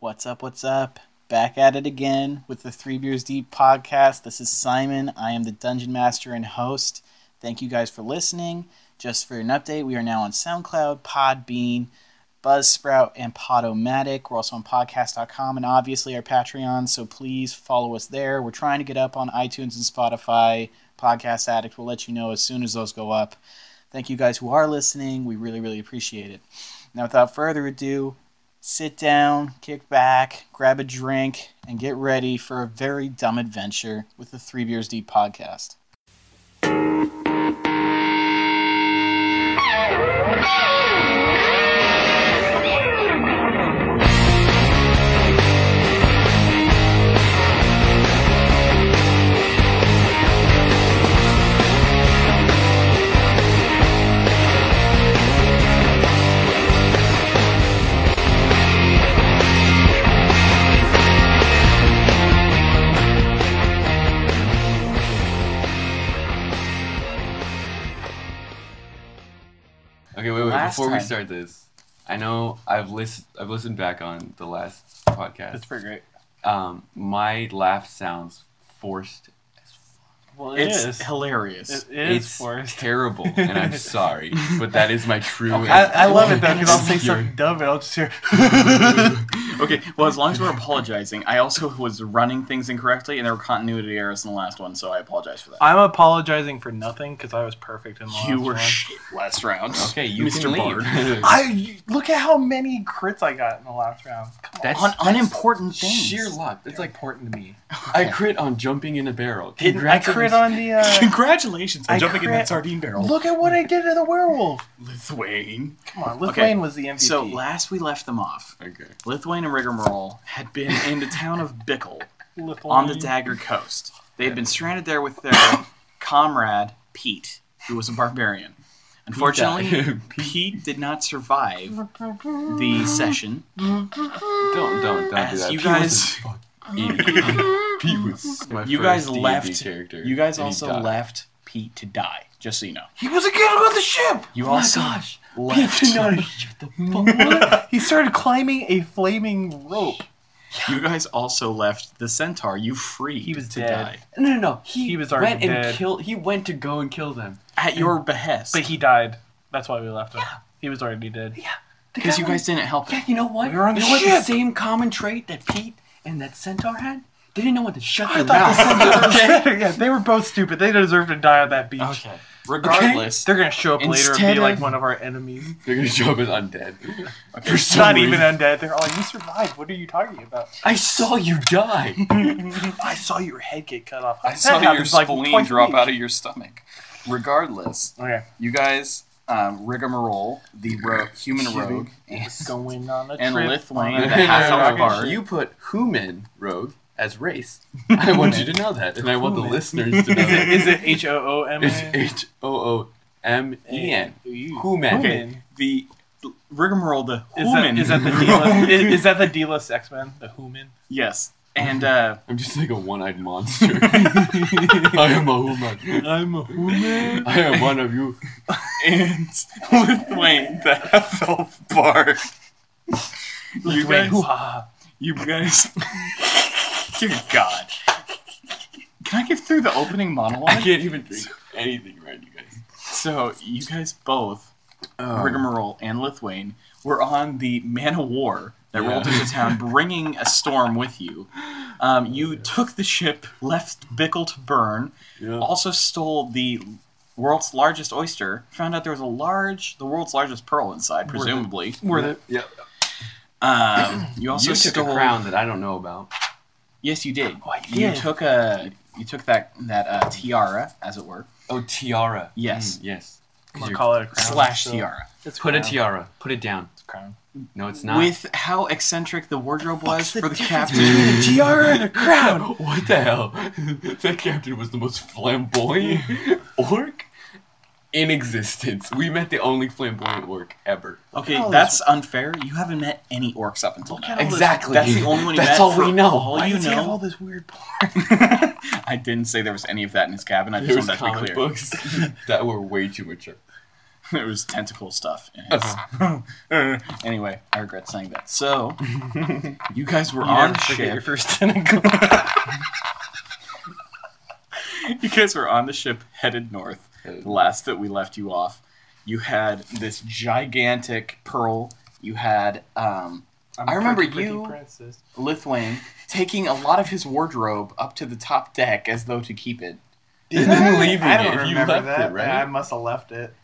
What's up? What's up? Back at it again with the Three Beers Deep podcast. This is Simon. I am the dungeon master and host. Thank you guys for listening. Just for an update, we are now on SoundCloud, Podbean, Buzzsprout, and Podomatic. We're also on podcast.com and obviously our Patreon, so please follow us there. We're trying to get up on iTunes and Spotify. Podcast Addict will let you know as soon as those go up. Thank you guys who are listening. We really, really appreciate it. Now, without further ado, sit down, kick back, grab a drink, and get ready for a very dumb adventure with the Three Beers Deep podcast. Okay, wait, wait. Last before we time. start this, I know I've list I've listened back on the last podcast. pretty great. Um, my laugh sounds forced. as fuck. Well, it's it's, is. hilarious. It, it is it's forced. terrible, and I'm sorry, but that is my true. I, I love it though because I'll say You're- something dumb and I'll just hear. okay, well, as long as we're apologizing, I also was running things incorrectly, and there were continuity errors in the last one, so I apologize for that. I'm apologizing for nothing because I was perfect in the you last were one. shit last round. Okay, you Mr. can Bard. leave. I you- look at how many crits I got in the last round. Come on. That's- on unimportant things. sheer luck. It's like important to me. I crit on jumping in a barrel. Didn't I crit on the? Uh, Congratulations on I jumping in crit- that sardine barrel. look at what I did to the werewolf. Lithuane. Come on, Okay. Lithuane was the MVP. So last we left them off, Okay. Lithuane and Rigmarole had been in the town of Bickle Lithuane. on the Dagger Coast. They had been stranded there with their comrade, Pete, who was a barbarian. Unfortunately, Pete did not survive the session. Don't don't don't do As that. you Pete was a guys- fuck idiot. Pete was my You first guys D&D left- Character, You guys and he also died. left Pete to die, just so you know. He was a kid on the ship. You Oh my also gosh! left. Pete did not shut the fuck up. He started climbing a flaming rope. You guys also left the centaur. You freed. He was to dead. die No, no, no. He, He was already went and dead. killed. He went to go and kill them. at your behest. But he died. That's why we left him. He was already dead. because you guys didn't help him. Yeah, you know what? We were on you the know what? ship. The same common trait that Pete and that centaur had. They didn't know when to shut their mouth. okay. yeah, they were both stupid. They deserve to die on that beach. Okay. Okay? Regardless, They're gonna show up later Instead and be like of- one of our enemies. They're gonna show up as undead. For It's some not even reason. undead. They're all like, "You survived. What are you talking about?" I saw you die. I saw your head get cut off. I saw your spleen drop out of your stomach. Regardless, Okay. you guys, um, rigmarole, the ro- human Excuse me. rogue, and, Going on a and trip. Lithwane, on the No, a- no, half no, elf no. bard. you put human rogue as race. I want you to know that, and I want the Human. listeners to know. Is that. it is it H O O M? It's H O O M E N. Human. Okay. the rigmarole, the Is that, human. is that the D-list? is, is that the D-list X-Men? The human? yes. And uh, I'm just like a one-eyed monster. I am a human. I'm a human. I am one of you. and Lithwane, the half elf bard. You Lithwane, guys, hoo-ha. you guys, dear God, can I get through the opening I monologue? can't even drink anything right, you guys. So you guys both Um, Rigmarole and Lithwane were on the man of war that Yeah. rolled into town, bringing a storm with you. Um, you took the ship, left Bickle to burn, yeah. also stole the world's largest oyster, found out there was a large, the world's largest pearl inside, Worth it. presumably. Worth it. Yeah. Um, you also you took stole. a crown that I don't know about. Yes, you did. Oh, I You did. took a. You took that that uh, tiara, as it were, Oh, tiara. Yes. Mm, yes. I'm gonna call it a crown. slash so- tiara. It's Put a crown. tiara. Put it down. It's crown. No, it's not. With how eccentric the wardrobe was for the captain. Between a tiara and a crown. what the hell? that captain was the most flamboyant orc in existence. We met the only flamboyant orc ever. Okay, at all that's unfair. You haven't met any orcs up until Look at now. all this- Exactly. That's the only one you That's met all for we know. all Why you does he have know? all this weird porn? I didn't say there was any of that in his cabin. I just wanted There's that to be comic clear. books that were way too mature. There was tentacle stuff in his. anyway, I regret saying that. So, you guys were You on never forget ship. your first tentacle. you guys were on the ship headed north. The last that we left you off, you had this gigantic pearl. You had um, I'm I remember pretty, pretty you- princess. Lithwain taking a lot of his wardrobe up to the top deck as though to keep it. And I then leaving don't it. remember You left that. it, right? I must have left it.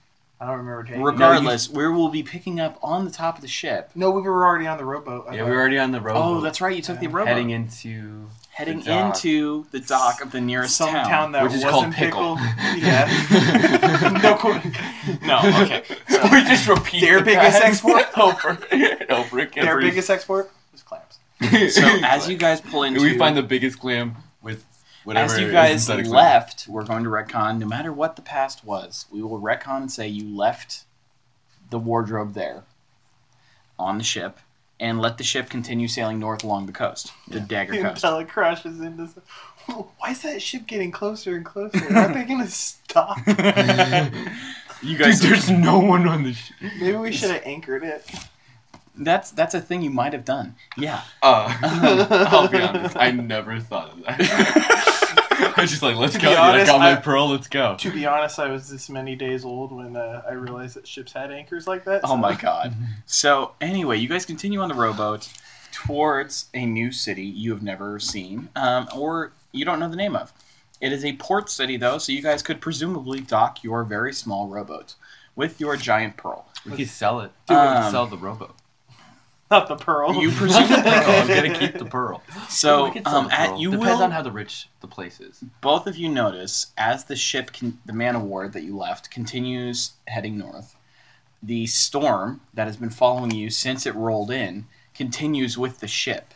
I don't remember taking Regard- Regardless, we will be picking up on the top of the ship. it. No, we were already on the rowboat. I yeah, thought. we were already on the road. Oh, that's right. You took the Yeah. rowboat. heading into heading the dock. into the dock of the nearest some town, that which is wasn't called Pickle. pickled. Yeah. no, qu- No, okay. So, we just repeat Their the biggest past export? over and over again. their biggest export was clams. so as you guys pull into, we find the biggest clam with whatever. as you is guys inside a clam. left, we're going to retcon. No matter what the past was, we will retcon and say you left the wardrobe there on the ship, and let the ship continue sailing north along the coast, the Dagger Coast. Until it crashes into. s- Why is that ship getting closer and closer? Aren't they gonna stop? You Dude, guys, there's no one on the ship. Maybe we should have anchored it. that's that's a thing you might have done. Yeah. Uh, I'll be honest, I never thought of that. I was just like, let's To go. be dude, I honest, got my I- pearl. Let's go. To be honest, I was this many days old when uh, I realized that ships had anchors like that. Oh so- my god. So anyway, you guys continue on the rowboat towards a new city you have never seen, um, or you don't know the name of. It is a port city though, so you guys could presumably dock your very small rowboat with your giant pearl. We could sell it. Dude, we could sell the rowboat. Not the pearl. You Keep presumably the pearl. I'm gonna keep the pearl. so We could sell um, the at, pearl. you Depends will on how the rich the place is. both of you notice as the ship, con- the man of war that you left, continues heading north. The storm that has been following you since it rolled in continues with the ship.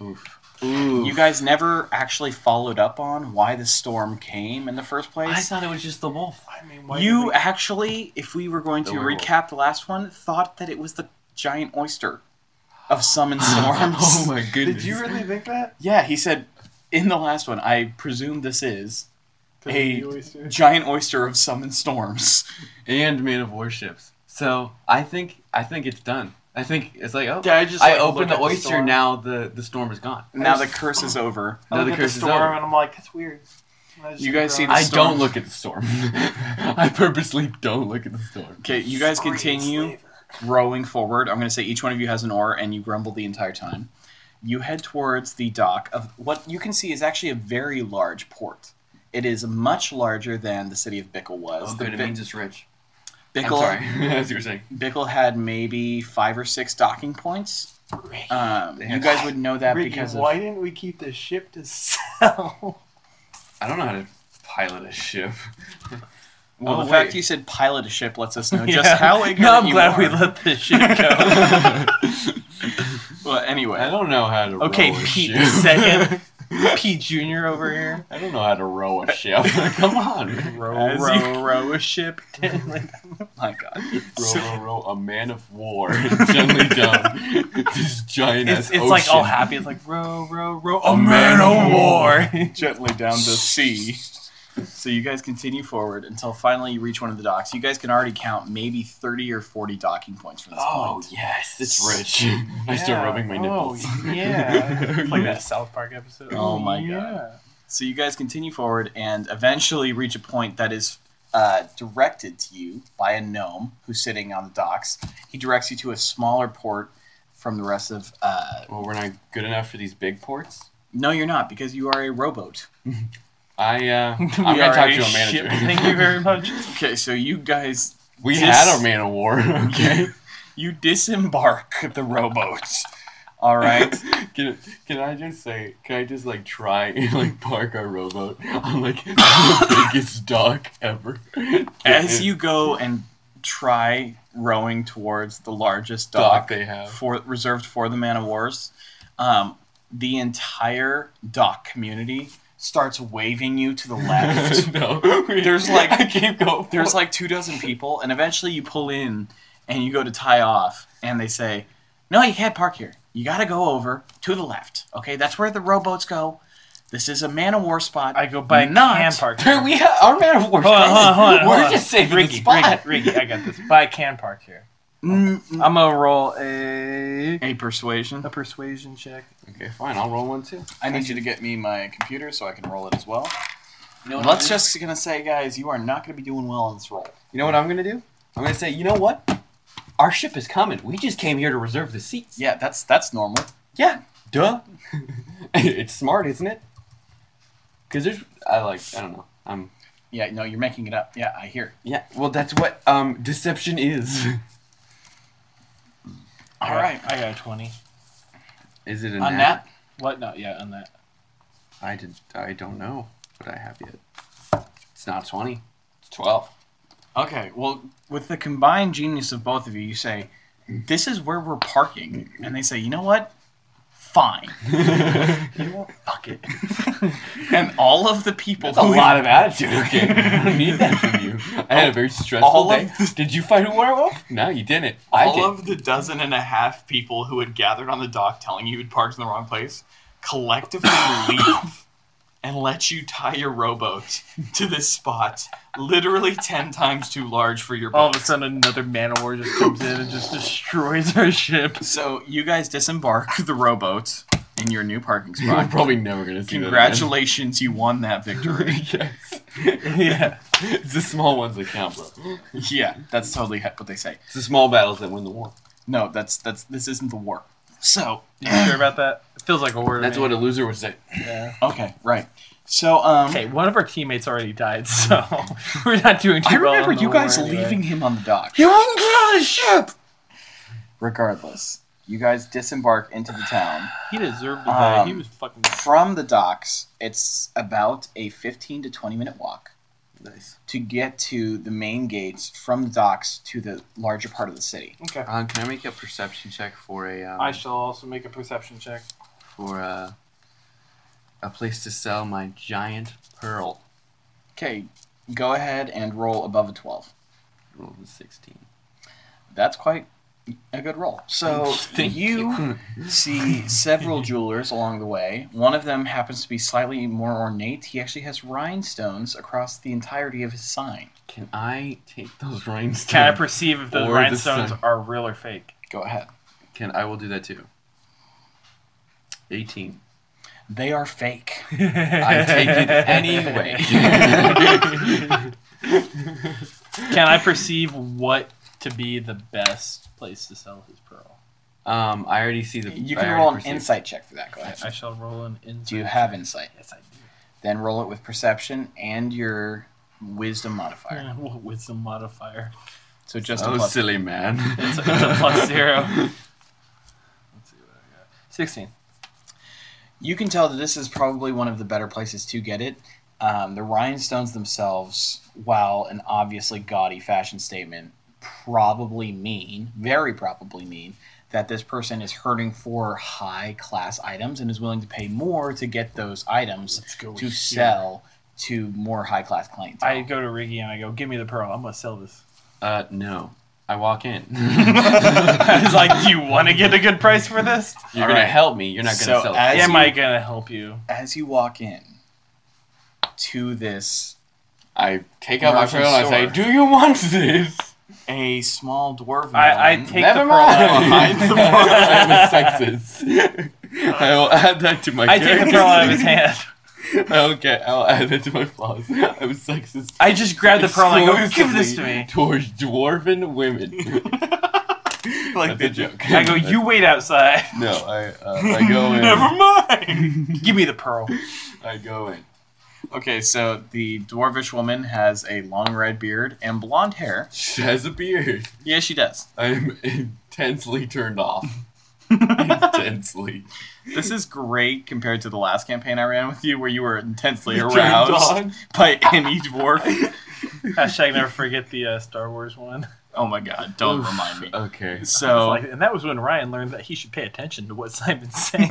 Oof. You guys never actually followed up on why the storm came in the first I place. thought it was just the wolf. I mean, why you did actually, if we were going to The werewolf. recap the last one, thought that it was the giant oyster of summoned storms. oh my we- goodness. Did you really think that? Yeah, he said in the last one, I presume this is 'Cause Hey, the oyster- giant oyster of summoned storms. and Man of Warships. So I think I think it's done. I think it's like oh, Did I just I like, opened look the at the oyster. storm? now the the storm is gone. Now the curse is over. I Now look the at curse the is storm over. and I'm like, that's weird. And I just You guys look see around. I the storm. don't look at the storm. I purposely don't look at the storm. Okay, you guys Scream continue flavor. rowing forward. I'm going to say each one of you has an oar, and you grumble the entire time. You head towards the dock of what you can see is actually a very large port. It is much larger than the city of Bickle Oh, was. The Bi- it's rich. I'm Bickle, sorry. As you were saying. Bickle had maybe five or six docking points. Uh, Um, They you had- guys would know that Ricky, because of, why didn't we keep the ship to sell? I don't know how to pilot a ship. well, Oh, the fact wait. you said pilot a ship lets us know just how ignorant No, I'm you glad are. we let this ship go. Well, anyway, I don't know how to Okay, row a Pete ship. second. Pete Junior over here. I don't know how to row a ship. Come on. row, As you- row a ship. My God, Row, So- row, row, a man of war. Gently down this giant It's, ass it's like all happy. It's like row, row, row. A man of war. gently down the sea. So you guys continue forward until finally you reach one of the docks. You guys can already count maybe 30 or 40 docking points from this Oh point. yes, it's rich. I start Yeah. rubbing my nipples. Oh, yeah. It's like that South Park episode. Oh, my God. yeah. So you guys continue forward and eventually reach a point that is uh, directed to you by a gnome who's sitting on the docks. He directs you to a smaller port from the rest of. Uh, Well, we're not good enough for these big ports. no, you're not because you are a rowboat. I uh, I'm We gonna are talk to a ship. manager. Thank you very much. Okay, so you guys We Dis- had a man of war. Okay. you disembark the rowboat. All right. Can, can I just say? Can I just like try and like park our rowboat on like the biggest dock ever? As you go and try rowing towards the largest dock dock they have. for reserved for the man of wars, um, the entire dock community starts waving you to the left. no, we- There's, like- I keep going. There's like two dozen people, and eventually you pull in and you go to tie off, and they say, "No, you can't park here. You got to go over to the left. Okay, that's where the rowboats go. This is a man of war spot. I go by Not- can Dude, park. we have our man of war. Hold on, hold on, hold on, We're hold on. just saving Riggy, the spot. Riggy, Riggy, I got this. By can park here. Mm, mm. I'm gonna roll a a persuasion. a persuasion check. Okay, fine. I'll roll one too. I need you to get me my computer so I can roll it as well. You know what Let's I'm- just gonna say, guys, you are not gonna be doing well on this roll. You know what I'm gonna do? I'm gonna say, you know what? Our ship is coming. We just came here to reserve the seats. Yeah, that's that's normal. Yeah. Duh. it's smart, isn't it? Cause there's, I like, I don't know. I'm. Yeah, no, you're making it up. Yeah, I hear. Yeah. Well, that's what um deception is. I All got- right, I got a twenty. is it a on that, What? No, yeah, on that. I did. I don't know what I have yet. It's not twenty. It's twelve. Okay, well, with the combined genius of both of you, you say, "This is where we're parking," and they say, "You know what? Fine." Fuck it. and all of the people, That's a who- lot of attitude. Okay, I don't need that from you. I had a very stressful All of day. Did you fight a werewolf? No, you didn't. I all did. of the dozen and a half people who had gathered on the dock, telling you you'd parked in the wrong place, collectively leave and let you tie your rowboat to this spot, literally ten times too large for your boat. All of a sudden, another man of war just comes in and just destroys our ship. So you guys disembark the rowboat in your new parking We're spot. probably never gonna see Congratulations, you won that That victory. again. yes. yeah. It's the small ones that count, bro. yeah, that's totally he- what they say. It's the small battles that win the war. No, that's that's this isn't the war. So You sure about that? It feels like a word. That's what a loser would say. Yeah. okay, right. So um, Okay, one of our teammates already died, so we're not doing too I well. remember in the you guys war anyway. leaving him on the dock. You won't get on the ship. Regardless, you guys disembark into the town. He deserved to die. Um, he was fucking. From the docks, it's about a fifteen to twenty minute walk Nice. to get to the main gates from the docks to the larger part of the city. Okay. Um, can I make a perception check for a um, I shall also make a perception check. for a a place to sell my giant pearl? Okay, go ahead and roll above a twelve. Rolled a sixteen. that's quite a good roll. Oh, So you see several jewelers along the way. One of them happens to be slightly more ornate. He actually has rhinestones across the entirety of his sign. Can I take those rhinestones? Can I perceive if Or the the rhinestones sun. are real or fake? Go ahead. Can I will do that too. Eighteen. They are fake. I I take it anyway. Can I perceive what to be the best place to sell his pearl? um, I already see the. You I can already roll an perceive- insight check for that. Go ahead. I shall roll an insight. Do you have insight? Yes, I do. Then roll it with perception and your wisdom modifier. What wisdom modifier? So just a Oh, plus. silly man. It's a, it's a plus zero. Let's see what I got. Sixteen. You can tell that this is probably one of the better places to get it. Um, the rhinestones themselves, while an obviously gaudy fashion statement, probably mean, very probably mean, that this person is hurting for high class items and is willing to pay more to get those items Let's go to sell to more high class clientele. I go to Riggy and I go, "Give me the pearl. I'm gonna sell this." Uh, no. I walk in. He's like, "Do you want to get a good price for this? You're All gonna right. help me. You're not gonna So sell. as- it. Am you- I gonna help you?" As you walk in to this, I take out my Merchant pearl and I say, store. "Do you want this?" a small dwarven I, I woman- take Never the pearl. out of my mind. hand. I'm a sexist. I will add that to my. I take the pearl out of his hand. okay, I'll add that to my flaws. I'm a sexist. I just grab the pearl and I go, "Give exclusively this to me." Towards dwarven women. like That's a joke. I go, "You wait outside." No, I uh, I go in. mind. Give me the pearl. I go in. Okay, so the dwarvish woman has a long red beard and blonde hair. She has a beard. Yeah, she does. I'm intensely turned off. intensely This is great compared to the last campaign I ran with you, where you were intensely Turned aroused on. by any dwarf. Hashtag never forget the uh, Star Wars one. Oh my god, don't Oof, remind me. Okay. So, It's like- and that Uh, was when Ryan learned that he should pay attention to what Simon's saying.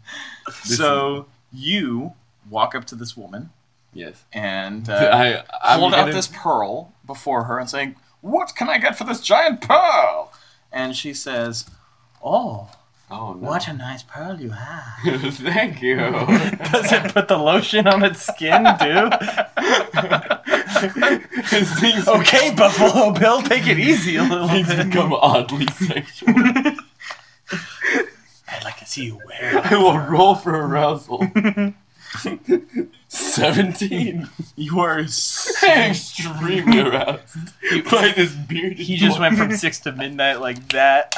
so you walk up to this woman Yes. and uh, I I'm hold out gonna- this pearl before her and saying, "What can I get for this giant pearl?" And she says, "Oh, Oh no. What a nice pearl you have. Thank you. Does it put the lotion on its skin, too? His things okay, Buffalo Bill, take it easy a little things bit. become oddly sexual. I'd like to see you wear it. I will roll for arousal. Seventeen. You are. s- Extremely aroused by this bearded. He just dwarf. went from six to midnight like that.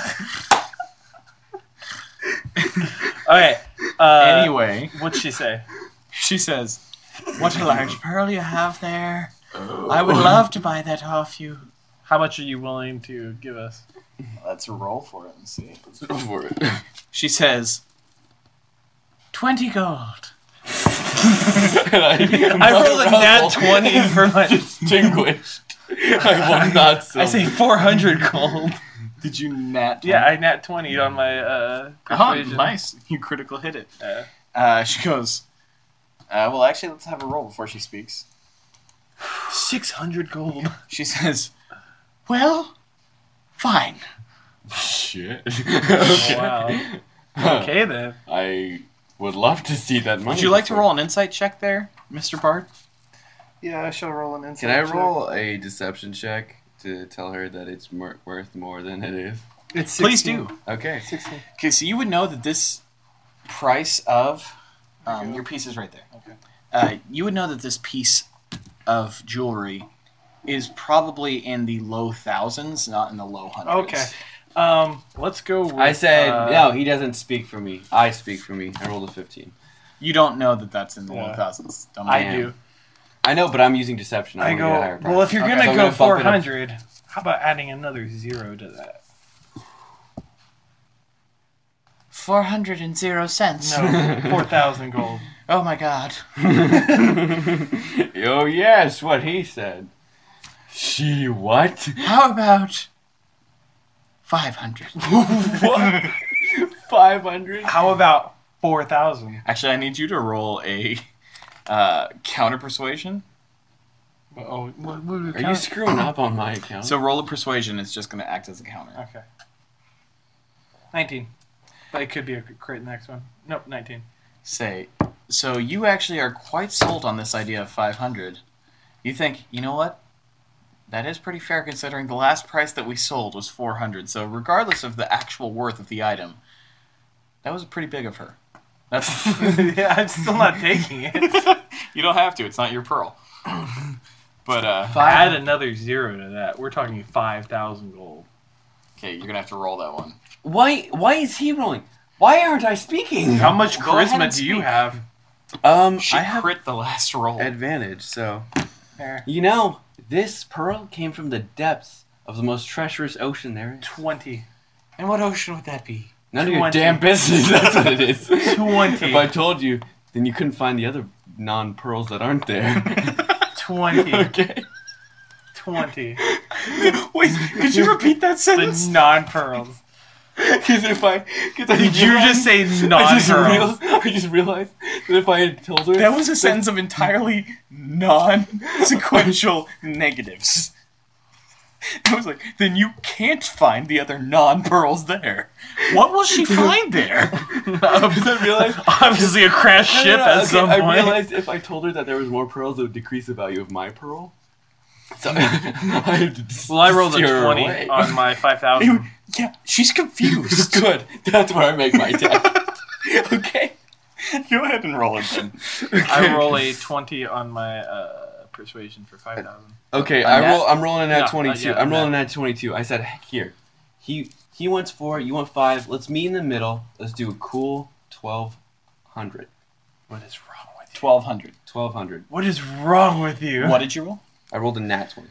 okay. Uh, anyway, what'd she say? she says, What a large pearl you have there. Oh. I would love to buy that off you. How much are you willing to give us? Let's roll for it and see. Go for it. She says, 20 gold. And I rolled a nat 20 for my. Distinguished. I will not sell. I say 400 gold. Did you nat? Yeah, I nat 20 on my uh, Oh, persuasion. nice. You critical hit it. Yeah. Uh, she goes, uh, Well, actually, let's have a roll before she speaks. 600 gold. She says, Well, fine. Shit. okay. Oh, Wow. Huh. Okay then. I would love to see that money. Would you like to before- roll an insight check there, Mr. Bard? Yeah, I shall roll an insight. Can I check. roll a deception check to tell her that it's mer- worth more than it is? It's Please 16. do. Okay. 16. Okay, so you would know that this price of There you um, go. your piece is right there. Okay. Uh, you would know that this piece of jewelry is probably in the low thousands, not in the low hundreds. Okay. Um, let's go. With, I said uh, no. He doesn't speak for me. I speak for me. I rolled a fifteen. You don't know that that's in the low Yeah. thousands. Don't I mind. Damn. do. I know, but I'm using deception. I, I wanna get a higher go. price. Well, if you're Okay. gonna So I'm go gonna bump it up. 400, how about adding another zero to that? 400 and zero cents. No, 4,000 gold. Oh my god. oh yes, what he said. She what? How about 500? what? Five hundred. How about 4,000? Actually, I need you to roll a uh, counter persuasion. Oh, what, what would we Are you count? screwing up on my account? So roll a persuasion. It's just going to act as a counter. Okay. 19. But it could be a crit next one. Nope, 19. Say, so you actually are quite sold on this idea of 500. You think, you know what? That is pretty fair considering the last price that we sold was 400. So regardless of the actual worth of the item, that was pretty big of her. That's yeah, I'm still not taking it. you don't have to. It's not your pearl. but uh, Add another zero to that. We're talking 5,000 gold. okay, you're gonna have to roll that one. why? Why is he rolling? Why aren't I speaking? How much Go ahead and charisma do you speak. have? Um, She I have crit the last roll. advantage, so There. you know this pearl came from the depths of the most treacherous ocean there is. 20. and what ocean would that be? None of your Twenty. damn business. That's what it is. Twenty. If I told you, then you couldn't find the other non pearls that aren't there. 20. okay. 20. Wait, could you repeat that The non pearls. Because if I, cause I Did you realized- just say I non just, pearls? real, I just realized that if I had told her That was a sentence of entirely non-sequential negatives. I was like, then you can't find the other non-pearls there. What will she find there? because I realized Obviously, a crashed No, no, ship no, at okay, some I point. realized if I told her that there was more pearls, it would decrease the value of my pearl. So I had to just Well, I rolled a steer her 20 away. on my 5,000. Yeah, she's confused. Good. That's where I make my test. okay. Go ahead and roll it then. I roll a 20 on my uh, persuasion for 5,000. Okay, A nat- I roll. I'm rolling at Yeah, uh, twenty-two. yeah, I'm a rolling at twenty-two. I said, "Heck, here, he he wants four. You want five. Let's meet in the middle. Let's do a cool twelve hundred. What is wrong with you? Twelve hundred. Twelve hundred. What is wrong with you? What did you roll? I rolled a nat twenty.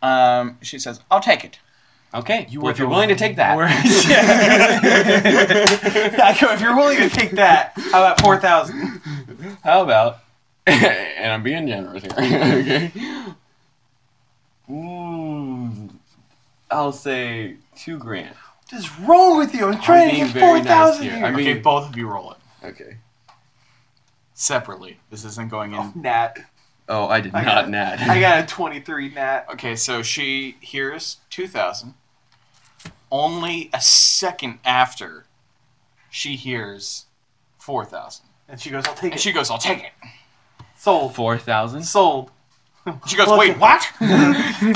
Um, she says, "I'll take it." Okay, you were if you're the willing to take that, worst. I go, if you're willing to take that, how about 4,000? how about? and I'm being generous here. okay. Mm, I'll say two grand. What is wrong with you? I'm trying being to get very nice 4,000 here. here. I'm- Okay, mean- both of you roll it Okay. separately. This isn't going in. Nat. Oh, I did I not got- nat. I got a 23 nat. Okay, so she hears two thousand. Only a second after she hears four thousand, And she goes, I'll take and it. she goes, "I'll take it." sold. Four thousand. Sold. She goes, Well, "Wait, okay. what?"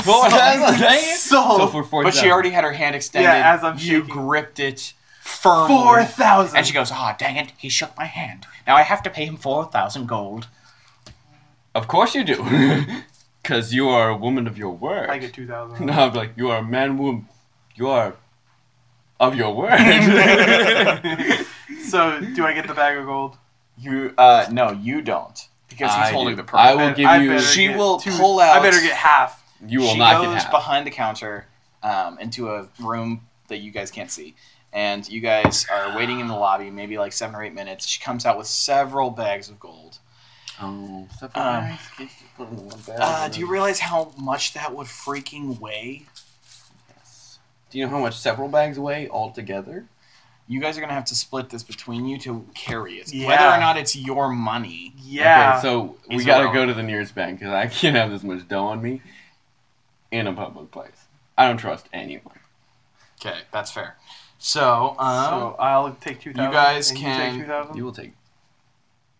Four thousand. Sold. So for four But thousand. she already had her hand extended. Yeah, as I'm you shaking. gripped it Oh, firmly. Four thousand. And she goes, "Ah, dang it! He shook my hand. Now I have to pay him four thousand gold." Of course you do, because you are a woman of your word. I get two thousand. No, I'm like you are a man, woman. You are of your word. so do I get the bag of gold? You, uh, no, you don't, because he's I holding the do. purse. I will And give I you. better She get will two- pull I out- better get half. You will she not goes get half. behind the counter um, into a room that you guys can't see. And you guys are waiting in the lobby, maybe like seven or eight minutes. She comes out with several bags of gold. Oh, Um, Uh, do you realize how much that would freaking weigh? Do you know how much several bags weigh altogether? You guys are gonna have to split this between you to carry it. Yeah. Whether or not it's your money, Yeah. Okay, so we Is gotta around. go to the nearest bank because I can't have this much dough on me in a public place. I don't trust anyone. okay, that's fair. So, uh-huh. um, so I'll take two thousand. guys and can- You take two thousand. You will take.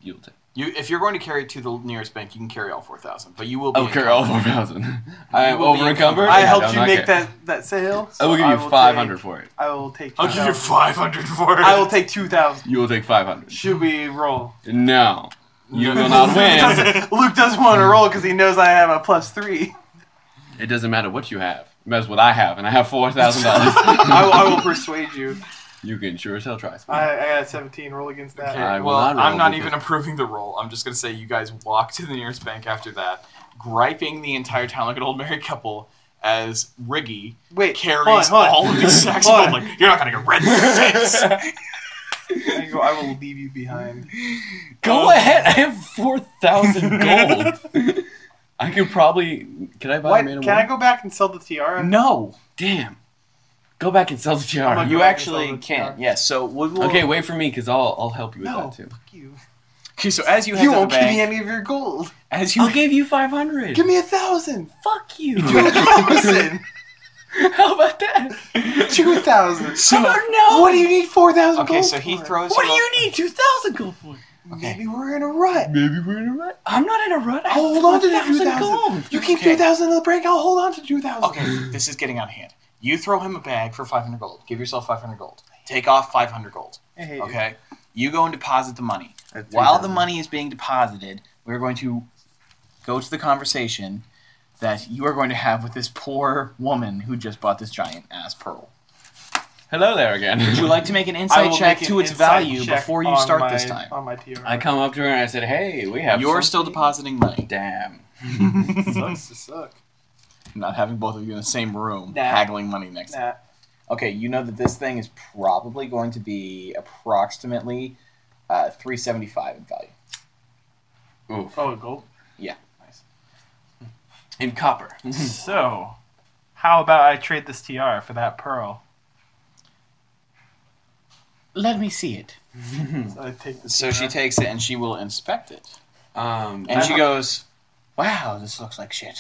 You will take. you if you're going to carry it to the nearest bank, you can carry all four thousand, but you will be Oh, carry all encumbered. four thousand. I am will be over encumbered. I Yeah, helped don't you not care. make that that sale. I so will give you take- five hundred for it. I will take. I'll give you 2,000. five hundred for it. I will take two thousand. You will take five hundred. Should we roll? No, you will Luke not win. doesn't- Luke doesn't want to roll because he knows I have a plus three. It doesn't matter what you have. It matters what I have, and I have four thousand dollars. I will, I will persuade you. You can sure as hell try. Some. I, I got a seventeen. Roll against that. Okay, I will well, not roll I'm not because- even approving the roll. I'm just going to say you guys walk to the nearest bank after that, griping the entire town like an old married couple as Riggy Wait, carries hold on, hold on. all of these sacks Oh Hold of gold. on. Like, you're not going to get red in the face. I go, I will leave you behind. Go Oh. um, ahead. I have four thousand gold. I could probably. Can I buy What? a man Can of I war? go back and sell the tiara? no, Damn. Go back and sell the tiara. I'm you Okay, actually so- can't. Yes, so we will, okay, wait for me because I'll I'll help you with No. that too. Fuck you. okay, So as you head You to the won't give me bank, any of your gold. as you give you five hundred. Give me a thousand. Fuck you. Two thousand. How about that? Two thousand. I so don't know. What do you need four thousand? okay, so he throws. What you do up- you need two thousand gold for? Maybe we're in a rut. Maybe we're in a rut. I'm not in a rut. I have Hold on to the 4,000 2,000. gold. You keep Okay. two thousand in the break. I'll hold on to two thousand. Okay, this is getting out of hand. You throw him a bag for 500 gold. Give yourself 500 gold. Take off 500 gold. Okay, you go and deposit the money. While the money is being deposited, we're going to go to the conversation that you are going to have with this poor woman who just bought this giant ass pearl. Hello there again. Would you like to make an I insight will check make to an its insight value check before you on start my- this time? On my tiara. I come up to her and I said, "Hey, we have." You're still something." depositing money. Damn. Sucks to suck. Not having both of you in the same room Nah. haggling money next. Nah. Okay, you know that this thing is probably going to be approximately uh, 375 in value. Oof. Oh, gold. In copper. So, how about I trade this tiara for that pearl? Let me see it. So I take the So she tiara. takes it and she will inspect it. um. And she goes, Wow, this looks like shit.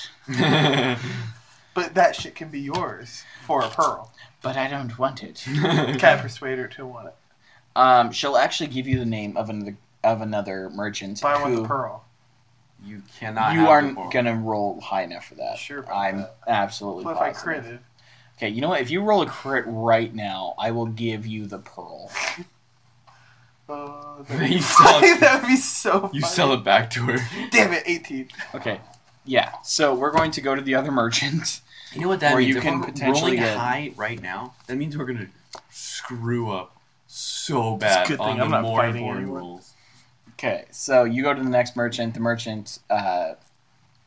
But that shit can be yours for a pearl. but I don't want it. Can I persuade her to want it? Um, she'll actually give you the name of another of another merchant But I want who the pearl. You cannot. you have aren't the pearl. gonna roll high enough for that. Sure about I'm that. uh, absolutely. What if I positive. critted? Okay, you know what? If you roll a crit right now, I will give you the pearl. Uh, You sell it. that would be so. You funny. sell it back to her. Damn it, eighteen. Okay. Yeah. So we're going to go to the other merchant. You know what Or you If can we're potentially rolling get- high right now. That means we're gonna screw up so bad good on thing the I'm not more fighting important anyone. rules. Okay. So you go to the next merchant. The merchant uh,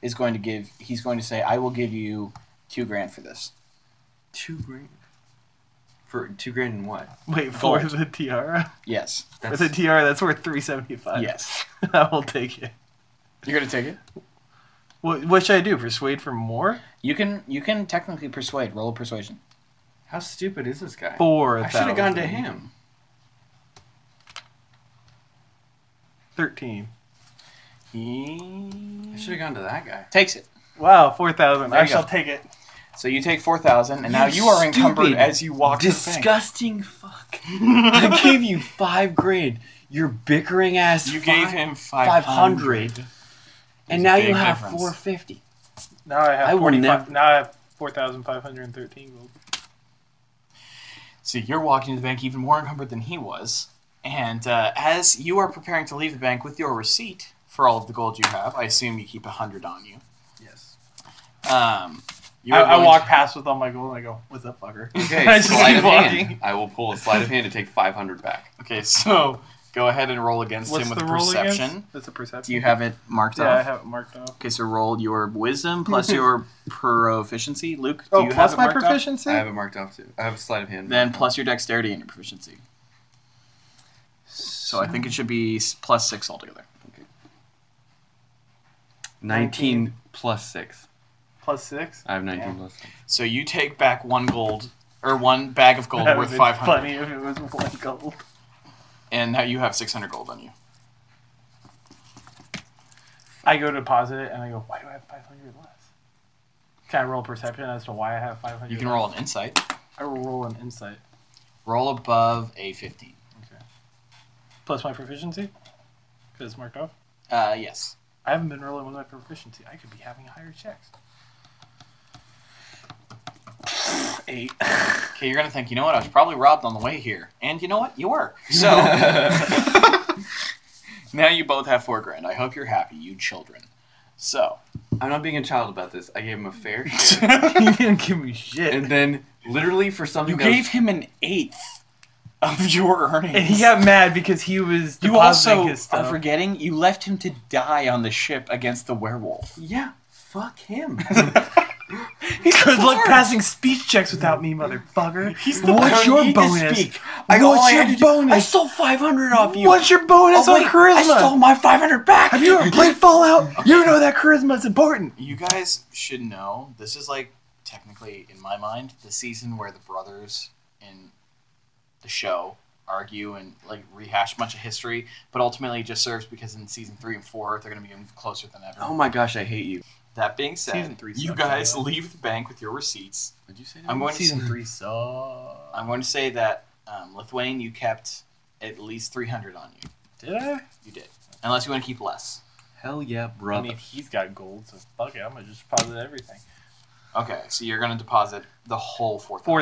is going to give. He's going to say, "I will give you two grand for this." Two grand. For two grand and what? Wait for the tiara. Yes. That's tiara, that's worth three seventy five. Yes. I will take it. You're gonna take it. What, what should I do? Persuade for more? You can. You can technically persuade. Roll a persuasion. how stupid is this guy? Four. I should have gone to him. Thirteen. He I should have gone to that guy. takes it. Wow, four thousand. There I you shall go. take it. So you take four thousand, and now you are encumbered Stupid. as you walk to the bank. Disgusting fuck. I gave you five grand. You're bickering ass. You fi- gave him five 500. hundred. and now you big have difference. 450. Now I have I would 45 never- Now I have four thousand five hundred and thirteen gold. So you're walking to the bank even more encumbered than he was. And uh, as you are preparing to leave the bank with your receipt for all of the gold you have, I assume you keep a hundred on you. Yes. Um, you I, are I going walk past with all my gold and I go, "What's up, fucker?" Okay, I just sleight keep of walking. hand. I will pull a sleight of hand to take 500 back. to- okay, so go ahead and roll against What's him with the a roll against? perception. That's a Do perception. you have it marked yeah, I off? have it marked off. Okay, so roll your wisdom plus your proficiency. Luke, do Oh, you have plus it my marked off? proficiency. I have it marked off too. I have a sleight of hand. Then plus your dexterity and your proficiency. So I think it should be s- plus six altogether. 19 plus 6. plus six. I have 19 Yeah. plus 6. So you take back one gold or one bag of gold That worth would've been five hundred. Funny if it was one gold. and now you have 600 gold on you. I go deposit it and I go, why do I have 500 less? Can I roll perception as to why I have 500? You can roll an insight. I will roll an insight. Roll above a 15. Plus my proficiency? Because it's marked off. Uh, yes. I haven't been rolling with my proficiency. I could be having higher checks. Eight. Okay, you're gonna think. You know what? I was probably robbed on the way here, and you know what? You were. So now you both have four grand. I hope you're happy, you children. So I'm not being a child about this. I gave him a fair share. you didn't give me shit. and then, literally, for something you that was- gave him an eighth of your earnings. And he got mad because he was you depositing also his are stuff. forgetting you left him to die on the ship against the werewolf. Yeah, fuck him. He's Good luck barred. passing speech checks without me, motherfucker. He's the What's barred. your He can bonus? Speak. I got What's all I your had to do- bonus? I stole 500 off you. What's your bonus Oh, on wait, charisma? I stole my 500 back. Have you ever played Fallout? You know that charisma is important. You guys should know this is like technically, in my mind, the season where the brothers in the show argue and like rehash much of history, but ultimately it just serves because in season three and four they're going to be even closer than ever. Oh my gosh, I hate you. That being said, Season three you sucks, guys by the leave the bank with your receipts. Did you say I'm going to. three saw. I'm going to say that um, Lithuanian, you kept at least 300 on you. Did I? You did, unless you want to keep less. Hell yeah, I brother. mean, he's got gold, so fuck it. I'm going to just deposit everything. Okay, so you're going to deposit the whole four thousand.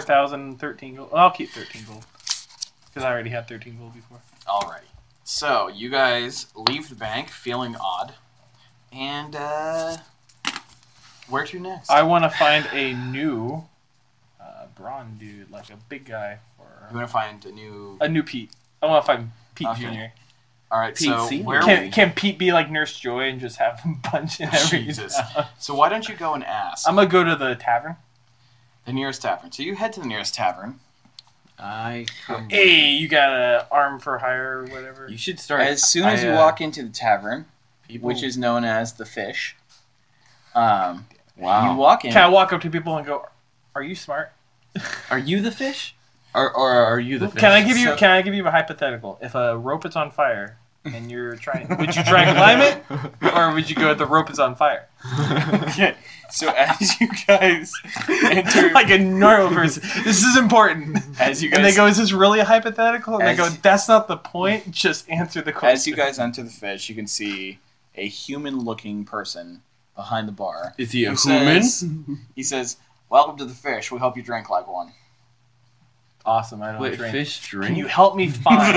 4,013 gold. I'll keep 13 gold. Because I already had 13 gold before. Alrighty. So you guys leave the bank feeling odd, and uh, where to next? I want to find a new uh, brawn dude, like a big guy, you or want to find a new. a new Pete. I want to find Pete Okay. Junior. All right, Pete so Senior. where? Can, can Pete be like Nurse Joy and just have him punch in every? Jesus. So why don't you go and ask I'm gonna go to the tavern. the nearest tavern? So you head to the nearest tavern. Um, I come. Hey, you got a arm for hire or whatever? You should start. I, uh, into the tavern, people- is known as the Fish, um, wow. walk in. Can I walk up to people and go, "Are you smart?" are you the fish? Or, or are you the fish? Can I give you? So- Can I give you a hypothetical? If a rope is on fire and you're trying, would you try and climb it, or would you go? The rope is on fire. Okay, so as you guys enter, like a normal person. This is important. as you guys And they go, is this really a hypothetical? And they go, As- that's not the point. Just answer the question. As you guys enter the fish, you can see a human-looking person behind the bar. Is he a Who human? says- He says, "Welcome to the fish. We hope you drank like one." awesome. I don't Wait, drink. fish drink? Can you help me find?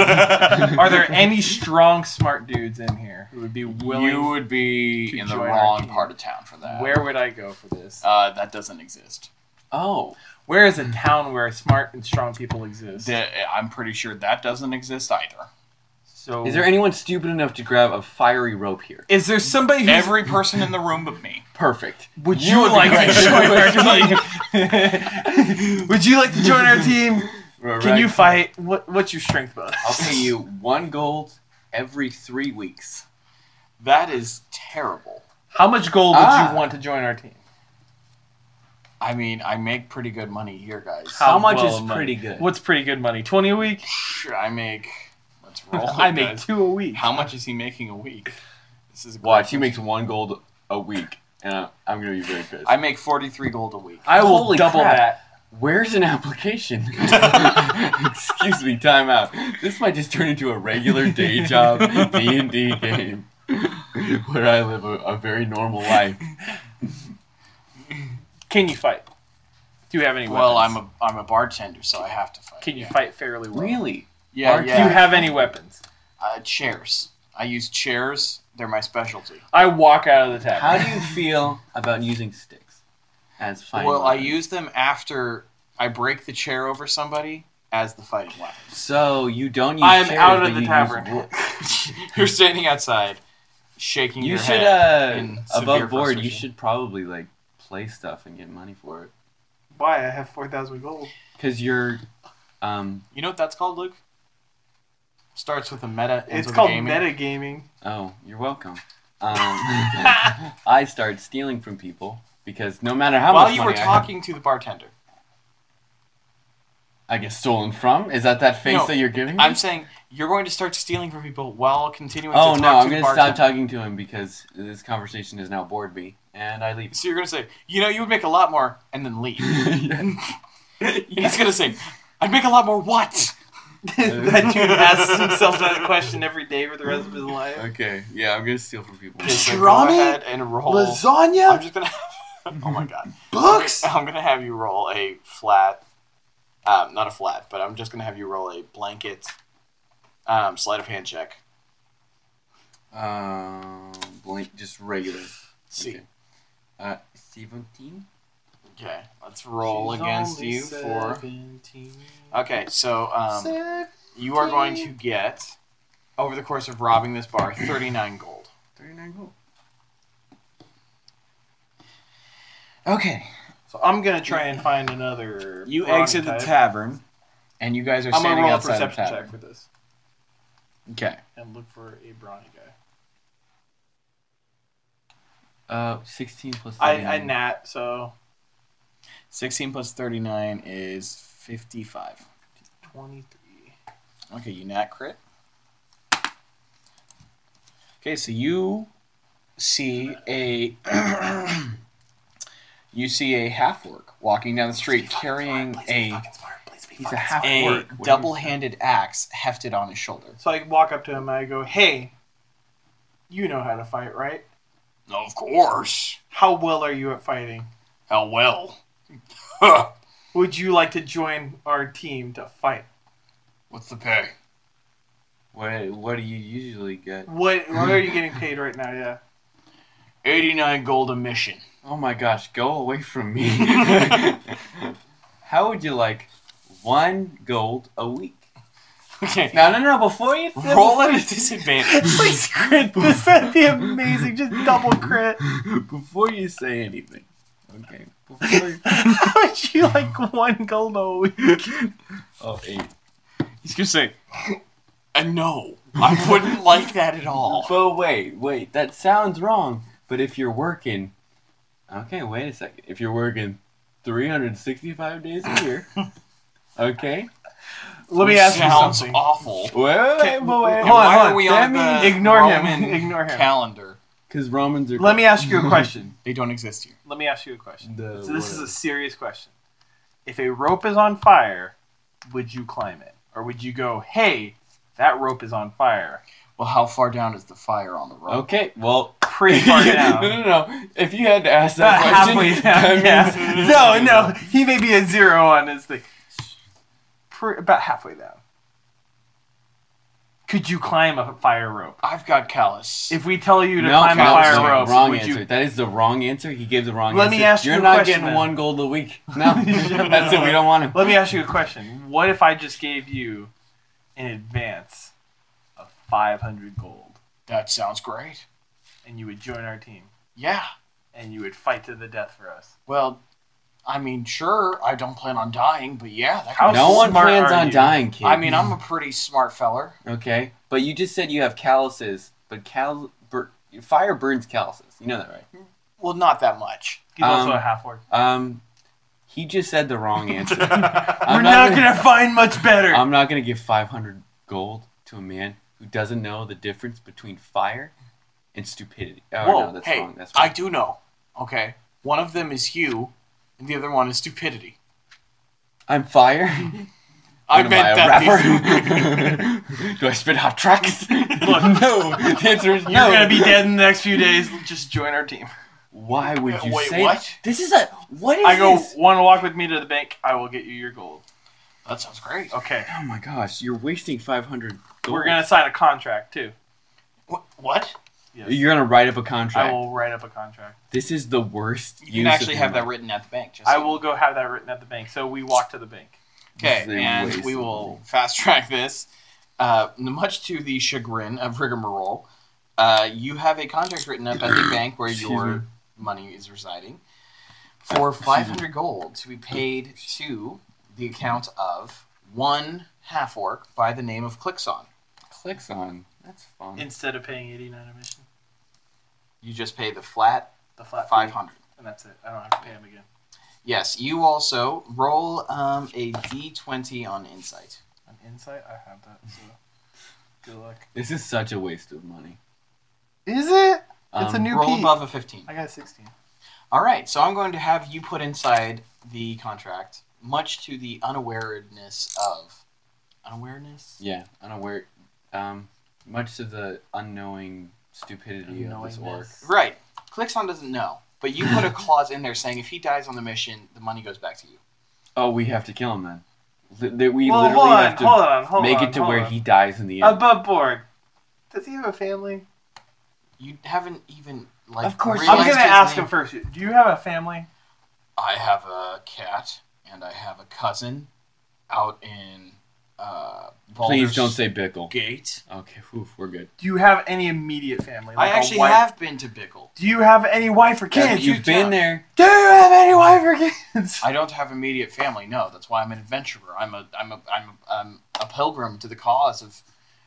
are there any strong, smart dudes in here who would be willing? you would to be in the join our wrong team. part of town for that. Where would I go for this? Uh, that doesn't exist. oh. Where is a town where smart and strong people exist? The- I'm pretty sure that doesn't exist either. so Is there anyone stupid enough to grab a fiery rope here? Is there somebody who's Every person in the room but me. Perfect. would you you, would be like to great. join our team? would you like to join our team? Can you fight? What What's your strength bonus? I'll pay you one gold every three weeks. That is terrible. How much gold would Ah. you want to join our team? I mean, I make pretty good money here, guys. How, much well is am I? pretty good? What's pretty good money? Twenty a week. Sure, I make. Let's Oh, roll. I make guys. two a week. How much is he making a week? This is a great Watch, he makes one gold a week. and I, I'm gonna be very pissed. I make 43 gold a week. I will Holy double crap. that. Where's an application? Excuse me, time out. This might just turn into a regular day job D and D game where I live a, a very normal life. Can you fight? Do you have any weapons? Well, I'm a I'm a bartender, so I have to fight. Can you yeah. fight fairly well? Really? Yeah, Aren't Do you yeah. have any weapons? uh, chairs. I use chairs. They're my specialty. I walk out of the tavern. How do you feel about using sticks as fine? well, I weapons? use them after I break the chair over somebody as the fighting weapon. So you don't use. I'm chairs, out but of the you use tavern. wood. You're standing outside, shaking You your should head. uh in severe above board. You frustration. should probably like play stuff and get money for it Why? I have 4,000 gold. because you're um You know what that's called, Luke? Starts with a meta. Ends It's with called a gaming. metagaming. oh you're welcome. Um, I started stealing from people because no matter how While much you were money I had, talking to the bartender, I, get stolen from. Is that that face No, that you're giving? me? I'm saying you're going to start stealing from people while continuing Hmm? Oh to talk no! to I'm the gonna bartender. stop talking to him because this conversation has now bored me, and I leave. So you're gonna say, you know, you would make a lot more, and then leave. He's gonna say, I'd make a lot more. What? that dude asks himself that question every day for the rest of his life. Okay, yeah, I'm gonna steal from people. Okay, so Pastrami? Go ahead and roll. I'm Lasagna, just gonna. oh my god. books. I'm gonna have you roll a flat. Um, not a flat, but I'm just gonna have you roll a blanket. Um, sleight of hand check. Um, blank, just regular. See. Okay. Uh, seventeen. Okay, let's roll against you for. Okay, so um, Um, you are going to get, over the course of robbing this bar, 39 gold. Thirty-nine gold. Okay. So I'm gonna try and find another. you brawn exit the type. tavern, and you guys are I'm gonna standing roll a outside. the perception tavern. check for this Okay. and look for a brawny guy. Uh, sixteen plus. I, I 39. nat, so 16 plus 39 is 55. 23. Okay, you nat crit. Okay, so you see a you see a half orc walking down the street carrying a He's a half a orc. What do you double-handed axe hefted on his shoulder. So I walk up to him and I go, "Hey, you know how to fight, right? Of course. How well are you at fighting? How well? Would you like to join our team to fight? What's the pay? What What do you usually get? What? What are you getting paid right now? Yeah. 89 gold a mission. Oh my gosh! Go away from me. How would you like one gold a week? Okay. No, no, no! Before you Roll at a disadvantage. Please crit this. That'd be amazing. Just double crit. before you say anything. Okay. Before you... How would you like one gold a week? oh eight. He's gonna say, And Uh, no, I wouldn't like that at all. But wait, wait, that sounds wrong. But if you're working, okay, wait a second. If you're working 365 days a year, okay. Let me Which ask you sounds something. awful. Wait, wait, Okay, wait, but wait, wait, And hold why on, are we that on the means- Ignore him. Roman Ignore him. calendar? because Romans are. Let me ask you a question. They don't exist here. Let me ask you a question. The So this is a word. serious question. If a rope is on fire, would you climb it, or would you go, "Hey, that rope is on fire"? Well, how far down is the fire on the road? Okay, well. Pretty far no, down. no, no. If you had to ask Not that question, halfway that down. Yeah. means- No, no. He may be a zero on his thing. Pr- about halfway down. Could you climb a fire rope? I've got callus. If we tell you to No, climb a no, fire no, rope, wrong would answer. you? That is the wrong answer. He gave the wrong Let answer. me ask you You're a not question, getting then. one gold a week. No, Shut that's it. up. We don't want him. Let me ask you a question. What if I just gave you in advance of 500 gold that sounds great. and you would join our team Yeah. and you would fight to the death for us? Well, I mean, sure, I don't plan on dying, but yeah, that How could No one smart plans are on you? dying, kid. I mean, I'm a pretty smart feller. Okay, but you just said you have calluses, but cal bur- fire burns calluses. You know that, right? Well, not that much. He's also Um, a half orc. Um, he just said the wrong answer. We're not, not gonna, find much better. I'm not gonna give 500 gold to a man who doesn't know the difference between fire and stupidity. Oh Whoa, no, that's hey, wrong. That's I wrong. do know. Okay. One of them is you, and the other one is stupidity. I'm fire. I What am meant a that. rapper? Do I spit hot tracks? no. The answer is You're no. gonna be dead in the next few days. Just join our team. Why would you Wait, say what? This is a what is I go, this? want to walk with me to the bank? I will get you your gold. That sounds great. Uh, Okay. Oh my gosh, you're wasting 500. We're gold. going to sign a contract, too. Wh- What? Yes. You're gonna write up a I contract. will write up a contract. This is the worst. You can use actually of have that money. written at the bank. Just I will go have that written at the bank. So we walk to the bank. Okay, They and waste we the will money. fast track this. Uh, much to the chagrin of rigmarole, uh, you have a contract written up at the bank where Excuse your me. Uh, money is residing for 500 gold to be paid to the account of one half orc by the name of Clixon. Clicks on. That's fun. Instead of paying 89 a mission, You just pay the flat the flat fee, 500. And that's it. I don't have to pay him again. Yes, you also roll um, a d20 on insight. An insight? I have that. So good luck. This is such a waste of money. Is it? It's a Um, new roll P. above a 15. I got 16. All right, so I'm going to have you put inside the contract, much to the unawareness of unawareness. Yeah, unaware. Um, much to the unknowing stupidity of this orc. Unknowingness. Right, Clixon doesn't know, but you put a clause in there saying if he dies on the mission, the money goes back to you. Oh, we have to kill him then. Li- that we well, literally hold on, have to hold on, hold make on, it to hold where on. he dies in the end. Above board. Does he have a family? You haven't even like. Of course. I'm realized gonna his ask name. him first. Do you have a family? I have a cat, and I have a cousin out in. Uh, Please Baldur's don't say Bickle. gate. Okay, whew, we're good. Do you have any immediate family? I Like a actually wife? have been to Bickle. Do you have any wife or kids? You've been there. Do you have any wife or kids? I don't have immediate family. No, that's why I'm an adventurer. I'm a I'm a I'm a, I'm a pilgrim to the cause of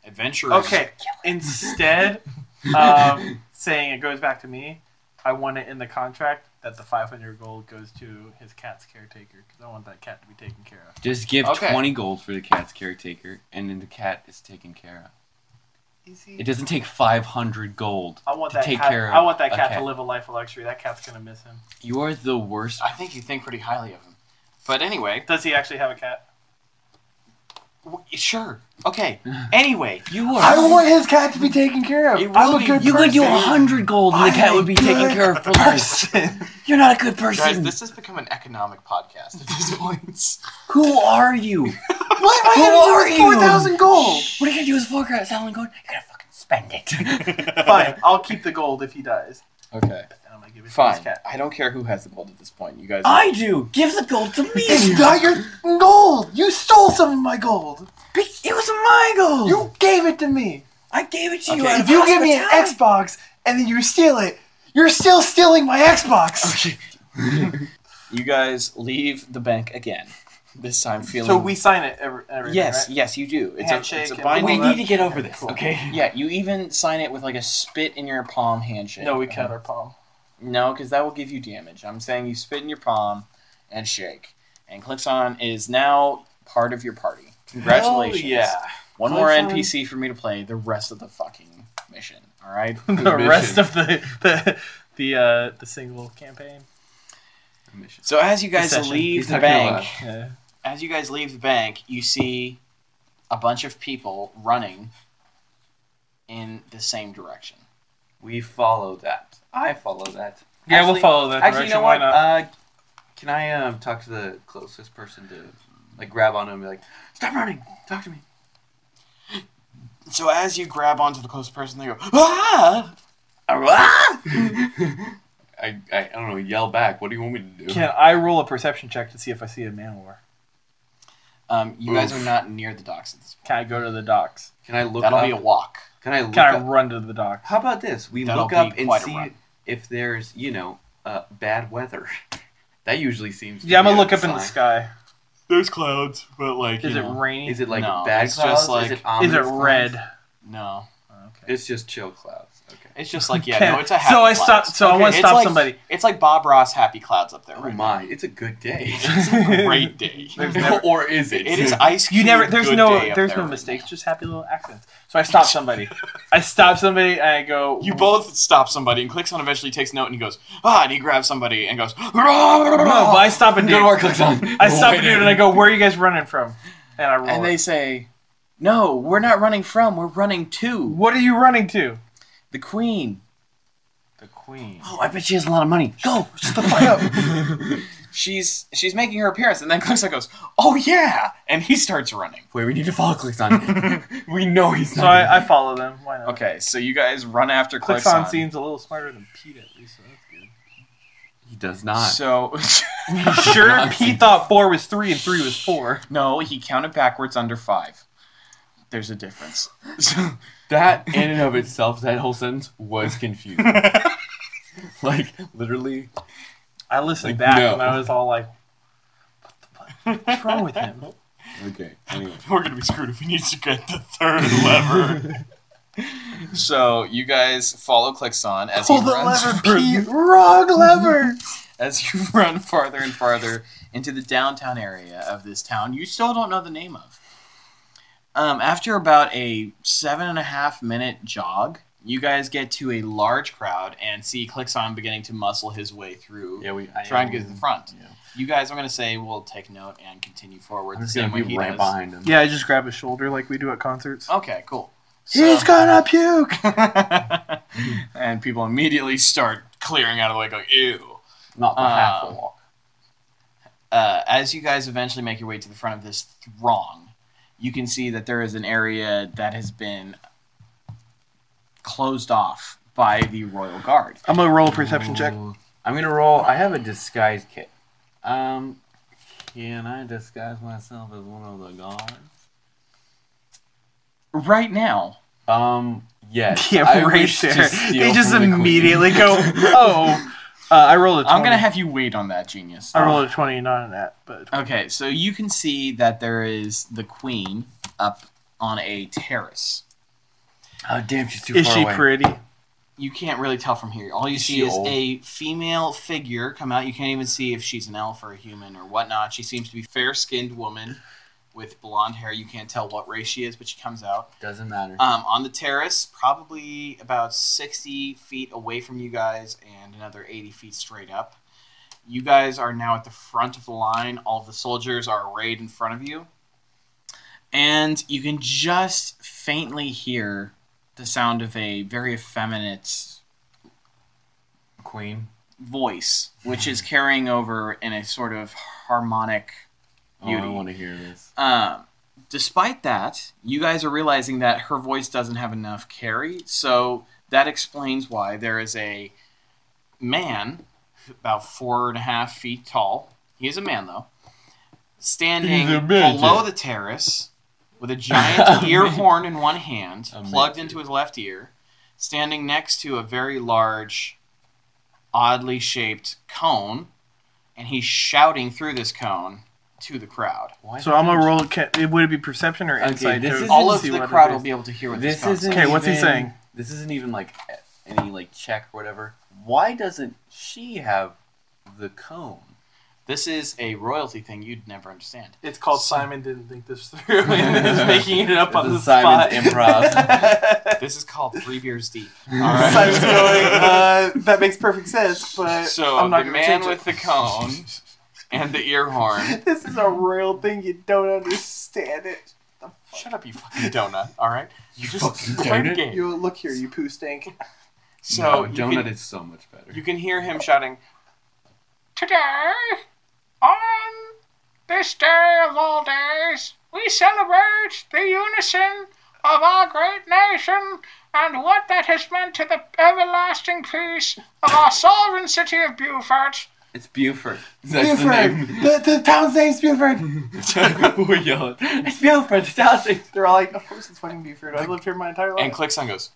adventurers. Okay. Instead of saying it goes back to me, I want it in the contract that the 500 gold goes to his cat's caretaker because I want that cat to be taken care of. Just give Okay. 20 gold for the cat's caretaker, and then the cat is taken care of. Easy. It doesn't take 500 gold. I want to that take cat. care of I want that a cat, cat. to live a life of luxury. That cat's gonna miss him. You are the worst. I think you think pretty highly of him. But anyway, Does he actually have a cat? w- sure. Okay. Anyway, You are. his cat to be taken care It will I'm a be. good you would do person. 100 gold, and the cat would be taken care of for life. You're not a good person. guys, this has become an economic podcast at this point. Who are you? what Who are you? gold? What are you gonna do with four carat selling gold? You're gonna fucking spend it. Fine, I'll keep the gold if he dies. Okay. And I'm gonna give it to Fine. his cat. I don't care who has the gold at this point. You guys. I do. Give the gold to me. your gold. You stole some of my gold. It was my gold. gave it to me. I gave it to Okay, out if of hospitality. Xbox and then you steal it, you're still stealing my Xbox. Okay. you guys leave the bank again. This time feeling. So we sign it every, everything, Yes, right? yes, you do. It's a, Handshake it's a and binding. we Well, need to get over this, cool. okay? Yeah, you even sign it with like a spit in your palm handshake. No, we cut our palm. No, because that will give you damage. I'm saying you spit in your palm and shake. And Clixon is now part of your party. Oh, Congratulations. One more Clixon. NPC for me to play the rest of the fucking mission. All right? the Mission. rest of the the the, uh, the single campaign. So as you guys Session. leave He's the not gonna bank, Yeah. as you guys leave the bank, you see a bunch of people running in the same direction. We follow that. I follow that. Yeah, Actually- we'll follow that Actually, direction. you know Why what? not? Uh, can I um, talk to the closest person to like grab onto him and be like, "Stop running! Talk to me." So as you grab onto the close person, they go, ah! I, I I don't know. Yell back. What do you want me to do? Can I roll a perception check to see if I see a man war? Um, you guys Oof. are not near the docks at this Can I go to the docks? Can I look That'll up? be a walk. Can I look Can I up? run to the docks? How about this? We That'll look up be and quite a see run. if there's you know uh, bad weather. that usually seems. to Yeah, I'm be gonna a look up in the sign. sky. There's clouds, but like Is it rainy? Is it like No, bad it's just clouds? like- is it, Is ominous it clouds? red? no. Okay. It's just chill clouds. It's just like yeah, Can- no, it's a happy so I clouds. stop. So I Okay, want to it's stop like- somebody. It's like Bob Ross happy clouds up there Oh right now. my, it's a good day. It's a great day. There's never- or is it? It is ice. You never. Cube There's good no. day up There's there no right mistakes. Just happy little accidents. So I stop somebody. I stop somebody and I go. now. You both stop somebody and clicks on eventually takes note and he goes ah and he grabs somebody and goes no No, but I stop a dude. Go to our clicks on. I stop a dude and I go, "Where are you guys running from?" And I roll. and it. they say no we're not running from we're running to what are you running to? the queen The queen. Oh, I bet she has a lot of money. go shut the fuck up she's she's making her appearance and then Clixon goes oh yeah and he starts running Wait, we need to follow clicks on. we know he's So not. I, I follow them. Why not? okay so you guys run after Clicks Clixon on seems a little smarter than Pete at least. So that's good. he does not. so sure, Pete thought four was three and three was four. no he counted backwards under five there's a difference so That in and of itself, that whole sentence was confusing. like literally, I listened Like, back no. and I was all like, "What the fuck? What's wrong with him?" okay. Anyway, We're gonna be screwed if we need to get the third lever. so you guys follow Clixon as he runs fur- Wrong lever. as you run farther and farther into the downtown area of this town. You still don't know the name of. Um, after about a seven and a half minute jog, you guys get to a large crowd and see Clixon beginning to muscle his way through, yeah, we um, trying to get to the front. Yeah. You guys, I'm gonna say, will take note and continue forward I'm the just same way gonna be he right does. behind him. Yeah, I just grab his shoulder like we do at concerts. Okay, cool. So- um, gonna puke. and people immediately start clearing out of the way, going, ew. Not the Uh, half a walk. Uh, as you guys eventually make your way to the front of this throng, you can see that there is an area that has been closed off by the royal guard. I'm gonna roll a perception check. Ooh. I'm gonna roll. I have a disguise kit. Um, can I disguise myself as one of the guards? Right now, Um, yes. Yeah, I right wish to there. steal They just from the queen. immediately go, "Oh." Uh, I rolled a 20. I'm gonna have you wait on that genius. I rolled a twenty, not an at, but Okay, so you can see that there is the queen up on a terrace. Oh damn, she's too is far she away. pretty? You can't really tell from here. All you Is see she is old? a female figure come out. You can't even see if she's an elf or a human or whatnot. She seems to be fair-skinned woman with blonde hair. You can't tell what race she is, but she comes out Doesn't matter. Uh, um, on the terrace, probably about sixty feet away from you guys, and another eighty feet straight up. You guys are now at the front of the line. All the soldiers are arrayed in front of you, and you can just faintly hear the sound of a very effeminate Queen. voice, which is carrying over in a sort of harmonic. Oh, I Beauty. want to hear this. Um, despite that, you guys are realizing that her voice doesn't have enough carry, so that explains why there is a man about four and a half feet tall. He is a man though, standing He's a midget. below the terrace with a giant ear horn in one hand, A plugged midget. into his left ear, standing next to a very large, oddly shaped cone, and he's shouting through this cone to the crowd. Why So does I'm gonna it- roll. Can, it- would it be perception or Okay, insight? this to is- all Didn't of see the what it crowd will is? be able to hear what this, This sounds isn't. like. Okay, what's he even- saying? This isn't even like any like check or whatever. Why doesn't she have the cone? This is a royalty thing you'd never understand. It's called Simon didn't think this through and is is making making it up This on is the Simon's improv. This is called three beers deep. right. Simon's going, uh, that makes perfect sense, but So Uh, I'm not the gonna man change with it. the cone and the ear horn. This is a royal thing, you don't understand it. Shut up, you fucking donut! All right, You Just fucking play the donut. game. You look here, you poo stink. so No, you, donut can, is so much better. you can hear him shouting, "Today, on this day of all days, we celebrate the unison of our great nation and what that has meant to the everlasting peace of our sovereign city of Beaufort." it's Buford. That's the Buford! name. The, the town's name's Buford! We're yelling. It's Buford. Stop it. They're all like, of course it's fucking Buford. I lived here my entire life. And Clixon goes,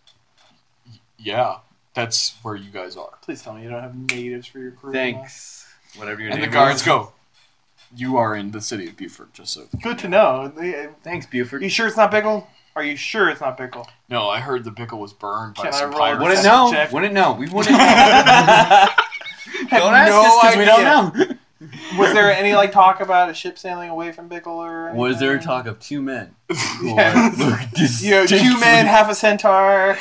"Y- Yeah, that's where you guys are. Please tell me you don't have natives for your crew. Thanks. Whatever your And the name guards is. go, You are in the city of Buford, just so. Good to know. They- Thanks, Buford. You sure it's not Biggle? Are you sure it's not pickle? No, I heard the pickle was burned by Can I some roll pirates. Wouldn't Perception know. check. Wouldn't know. We wouldn't know. don't ask no us because we don't know. idea. Was there any like talk about a ship sailing away from Bickle or? Was there anything? talk of two men? Yeah. you You know, two men, half a centaur.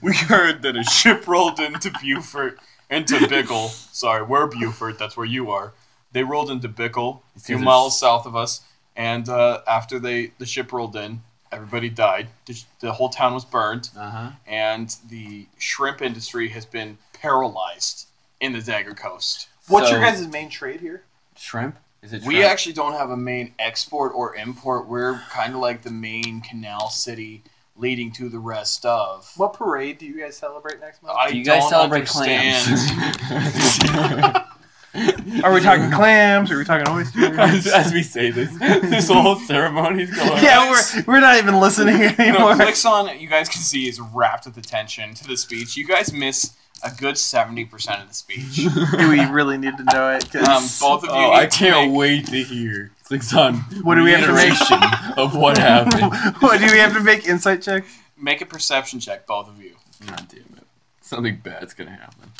We heard that a ship rolled into Beaufort, into Bickle. Sorry, we're Beaufort. That's where you are. They rolled into Bickle, a few Because miles south of us, and uh, after they the ship rolled in, everybody died. The, sh- the whole town was burned, Uh huh. and the shrimp industry has been paralyzed in the Dagger Coast. What's So- your guys' main trade here? Shrimp? Is it? We shrimp? actually don't have a main export or import. We're kind of like the main canal city leading to the rest of. What parade do you guys celebrate next month? I Do you guys don't celebrate understand. clams? Are we talking clams? Are we talking oysters? as, as we say this, this whole ceremony's going. on. yeah, we're, we're not even listening No, anymore. Clixon, you guys can see, is wrapped with attention to the speech. You guys miss a good 70% of the speech. Do we really need to know it? 'Cause- Um, both of you Oh, need I to can't make- wait to hear. Clicks on What do we have to make? reiteration of what happened. what do we have to make insight checks? Make a perception check, both of you. God damn it! Something bad's gonna happen.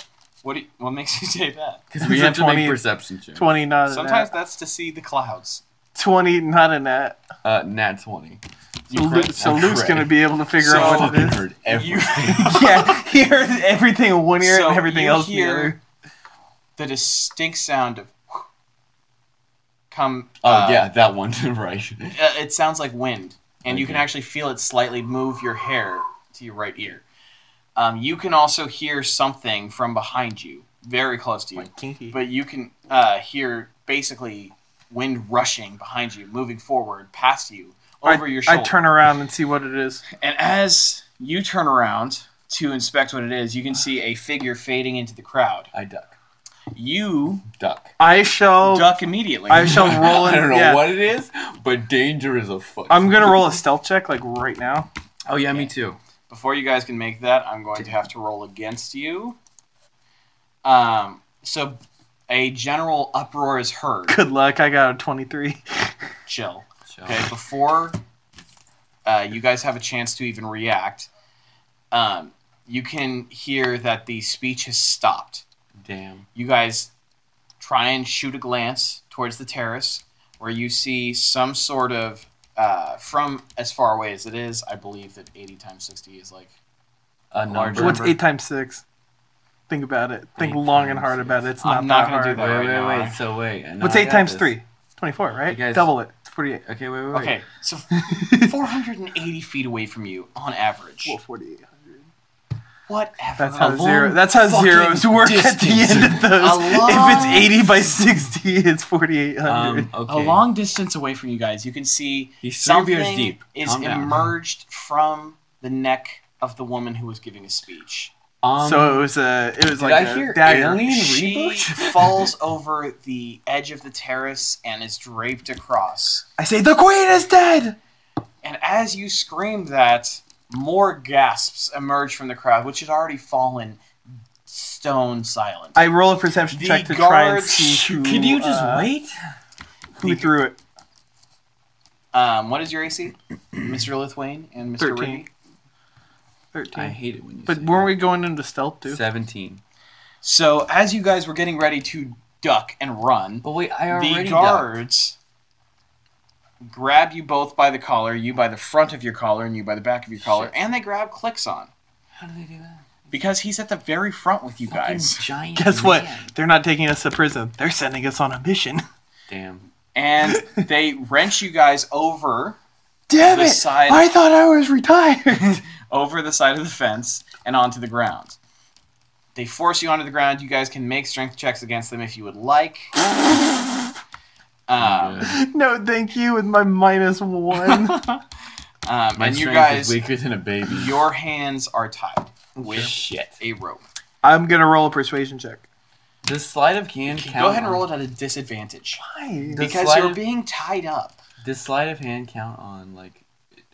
What do you, What makes you say that? Because we It's a have to 20 make perception checks. Twenty not a Sometimes nat. that's to see the clouds. Twenty not a nat. Uh, nat twenty. So, Lu- so I'm Luke's correct. gonna be able to figure So- out what Fucking it is. heard everything. You yeah, he hears everything in one ear So and everything you else in the hear- other. the distinct sound of come. Oh uh, yeah, that one. right. uh, it sounds like wind, and you can Okay. actually feel it slightly move your hair to your right ear. Um, you can also hear something from behind you, very close to you, kinky. but you can uh, hear basically wind rushing behind you, moving forward past you, over your shoulder. I turn around and see what it is. And as you turn around to inspect what it is, you can see a figure fading into the crowd. I duck. You Duck. I shall. duck immediately. Oh. I shall roll. In, I don't know yeah. what it is, but danger is a fuck. I'm gonna roll a stealth check like right now. Oh yeah, me too. Before you guys can make that, I'm going to have to roll against you. Um, so a general uproar is heard. Good luck. I got a 23. Chill. Okay, before uh, you guys have a chance to even react, um, you can hear that the speech has stopped. Damn. You guys try and shoot a glance towards the terrace where you see some sort of. Uh, from as far away as it is, I believe that 80 times 60 is like A Large large. number. What's eight times six? Think about it. Think Eight long and times hard six. about it. It's not I'm not that gonna do hard. that. Wait, right wait, now. wait. So wait. and What's I eight got times this. three? It's 24, right? You guys- Double it. It's 48. Okay, wait, wait, wait. Okay, so 480 feet away from you on average. Well, 4800. Whatever. That's how A zero. long That's how fucking zeros work at distance. the end of those. A If long- it's 80 by 60, it's 4800. Um, okay. A long distance away from you guys, you can see He's three something beers deep. is Calm down. emerged from the neck of the woman who was giving a speech. Um, so it was a. It was did like I a hear dagger. alien? Being She rebooted? falls over the edge of the terrace and is draped across. I say the queen is dead. And as you scream that, more gasps emerge from the crowd, which had already fallen stone silent. I roll a perception The check to try and guards- see who. could you just uh, wait? Who threw it? Um, what is your AC, Mr. Lithwain and Mr. Thirteen. Rigby? I Thirteen. hate it when you. But say weren't we going into stealth that. too? seventeen? So as you guys were getting ready to duck and run, But wait, I already the ducked. guards grab you both by the collar, you by the front of your collar and you by the back of your collar, Shit. and they grab Clixon How do they do that? because he's at the very front with you guys. Fucking giant. Guess what? man. They're not taking us to prison. They're sending us on a mission. Damn. And they wrench you guys over Damn The it! side- I thought I was retired. over the side of the fence and onto the ground. They force you onto the ground. You guys can make strength checks against them if you would like. Um, Good. no, thank you. With my minus um, one. My and you strength is guys, weaker than a baby. your hands are tied with Shit. a rope. I'm gonna roll a persuasion check. Does sleight of hand count? Go ahead and roll it at a disadvantage Why? The Mm-hmm. because slide you're of- being tied up. Does sleight of hand count on like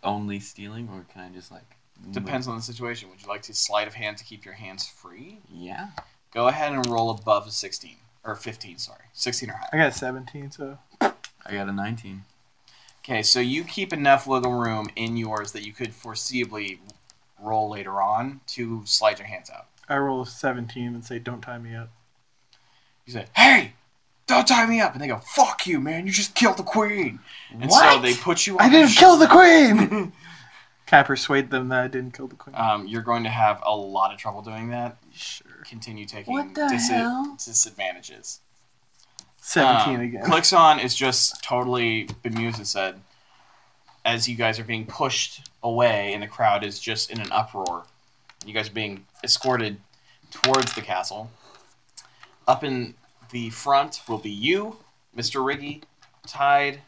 only stealing, or can I just like? move? Depends on the situation. Would you like to sleight of hand to keep your hands free? Yeah. Go ahead and roll above a 16 or 15, sorry, 16 or higher. I got 17, so I got a nineteen. Okay, so you keep enough wiggle room in yours that you could foreseeably roll later on to slide your hands out. I roll a 17 and say, don't tie me up. You say, "Hey, don't tie me up," and they go, "Fuck you, man! You just killed the queen." And so What? they put you. On I their didn't sh- kill the queen! Can I persuade them that I didn't kill the queen? Um, you're going to have a lot of trouble doing that. sure. Continue taking What the disa- hell? disadvantages. 17 Um, again. Clixon is just totally bemused and said, as you guys are being pushed away and the crowd is just in an uproar, you guys are being escorted towards the castle. Up in the front will be you, Mr. Riggy, tied,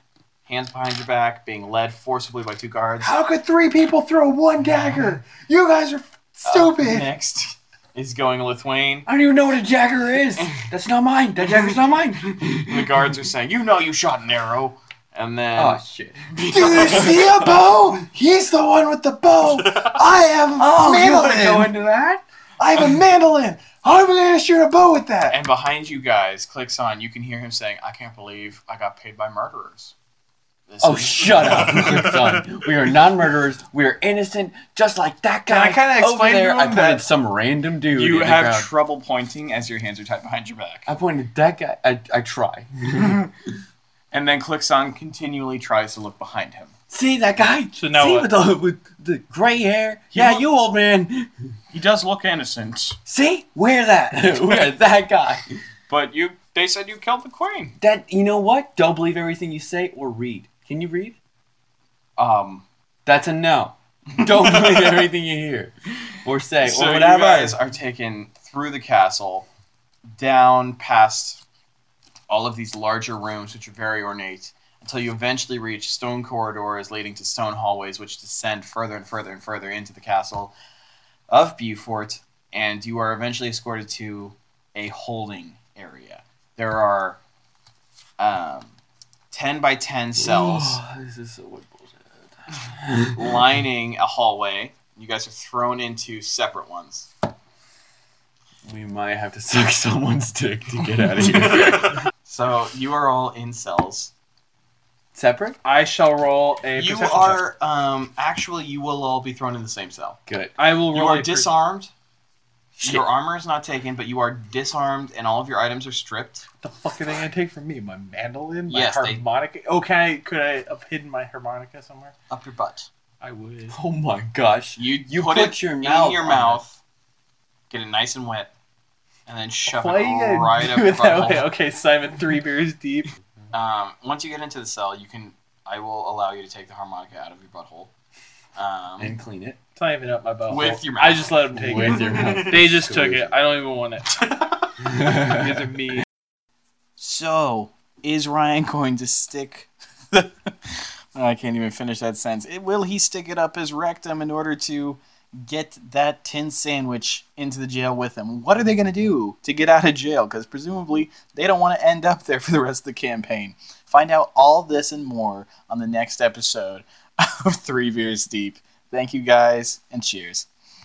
hands behind your back, being led forcibly by two guards. How could three people throw one dagger? You guys are f- Up stupid. next is going Lithwane. I don't even know what a dagger is. That's not mine. That dagger's not mine. The guards are saying, You know you shot an arrow. And then. Oh shit. people- Do you see a bow? He's the one with the bow. I have a mandolin. into that? I have a mandolin. How am I gonna shoot a bow with that? And behind you guys, clicks on, you can hear him saying, I can't believe I got paid by murderers. This Oh, is- shut up, son. We are non murderers. We are innocent, just like that Can guy. I kinda over explain to there. him I pointed that- some random dude. you in the have crowd. trouble pointing as your hands are tied behind your back. I pointed that guy. I, I try. And then clicks on, continually tries to look behind him. See that guy? So now See what? with the with the gray hair? He yeah, look- you old man. He does look innocent, See, we're that. we're that guy. but you they said you killed the queen. That you know what? Don't believe everything you say or read. Can you read? Um That's a no. Don't believe everything you hear or say so or you whatever. guys are taken through the castle, down past all of these larger rooms which are very ornate, until you eventually reach stone corridors leading to stone hallways which descend further and further and further into the castle of Beaufort, and you are eventually escorted to a holding area. There are um, 10 by 10 cells Oh, this is so what bullshit. lining a hallway. You guys are thrown into separate ones. We might have to suck someone's dick to get out of here. So you are all in cells. Separate? I shall roll a. You perception check. are um, actually you will all be thrown in the same cell. Good. I will roll. You a are per- disarmed. Shit. Your armor is not taken, but you are disarmed, and all of your items are stripped. What the fuck are they gonna take from me? My mandolin? My Yes, they- harmonica? Okay, could I have hidden my harmonica somewhere? Up your butt. I would. Oh my gosh. You You put, put, it your in mouth your on mouth, get it nice and wet, and then shove Why it are you gonna right up do your it that way? butthole. Okay, Simon, three beers deep. Um, once you get into the cell, you can. I will allow you to take the harmonica out of your butthole. it. Um, and clean it It's not even up my butthole. With your I mouth. just let them take with it. your mouth. They just took it. I don't even want it. These are Squeeze. me. So, is Ryan going to stick? I can't even finish that sentence. It- Will he stick it up his rectum in order to get that tin sandwich into the jail with him? What are they going to do to get out of jail? Because presumably they don't want to end up there for the rest of the campaign. Find out all this and more on the next episode of Three Beers Deep. Thank you guys and cheers.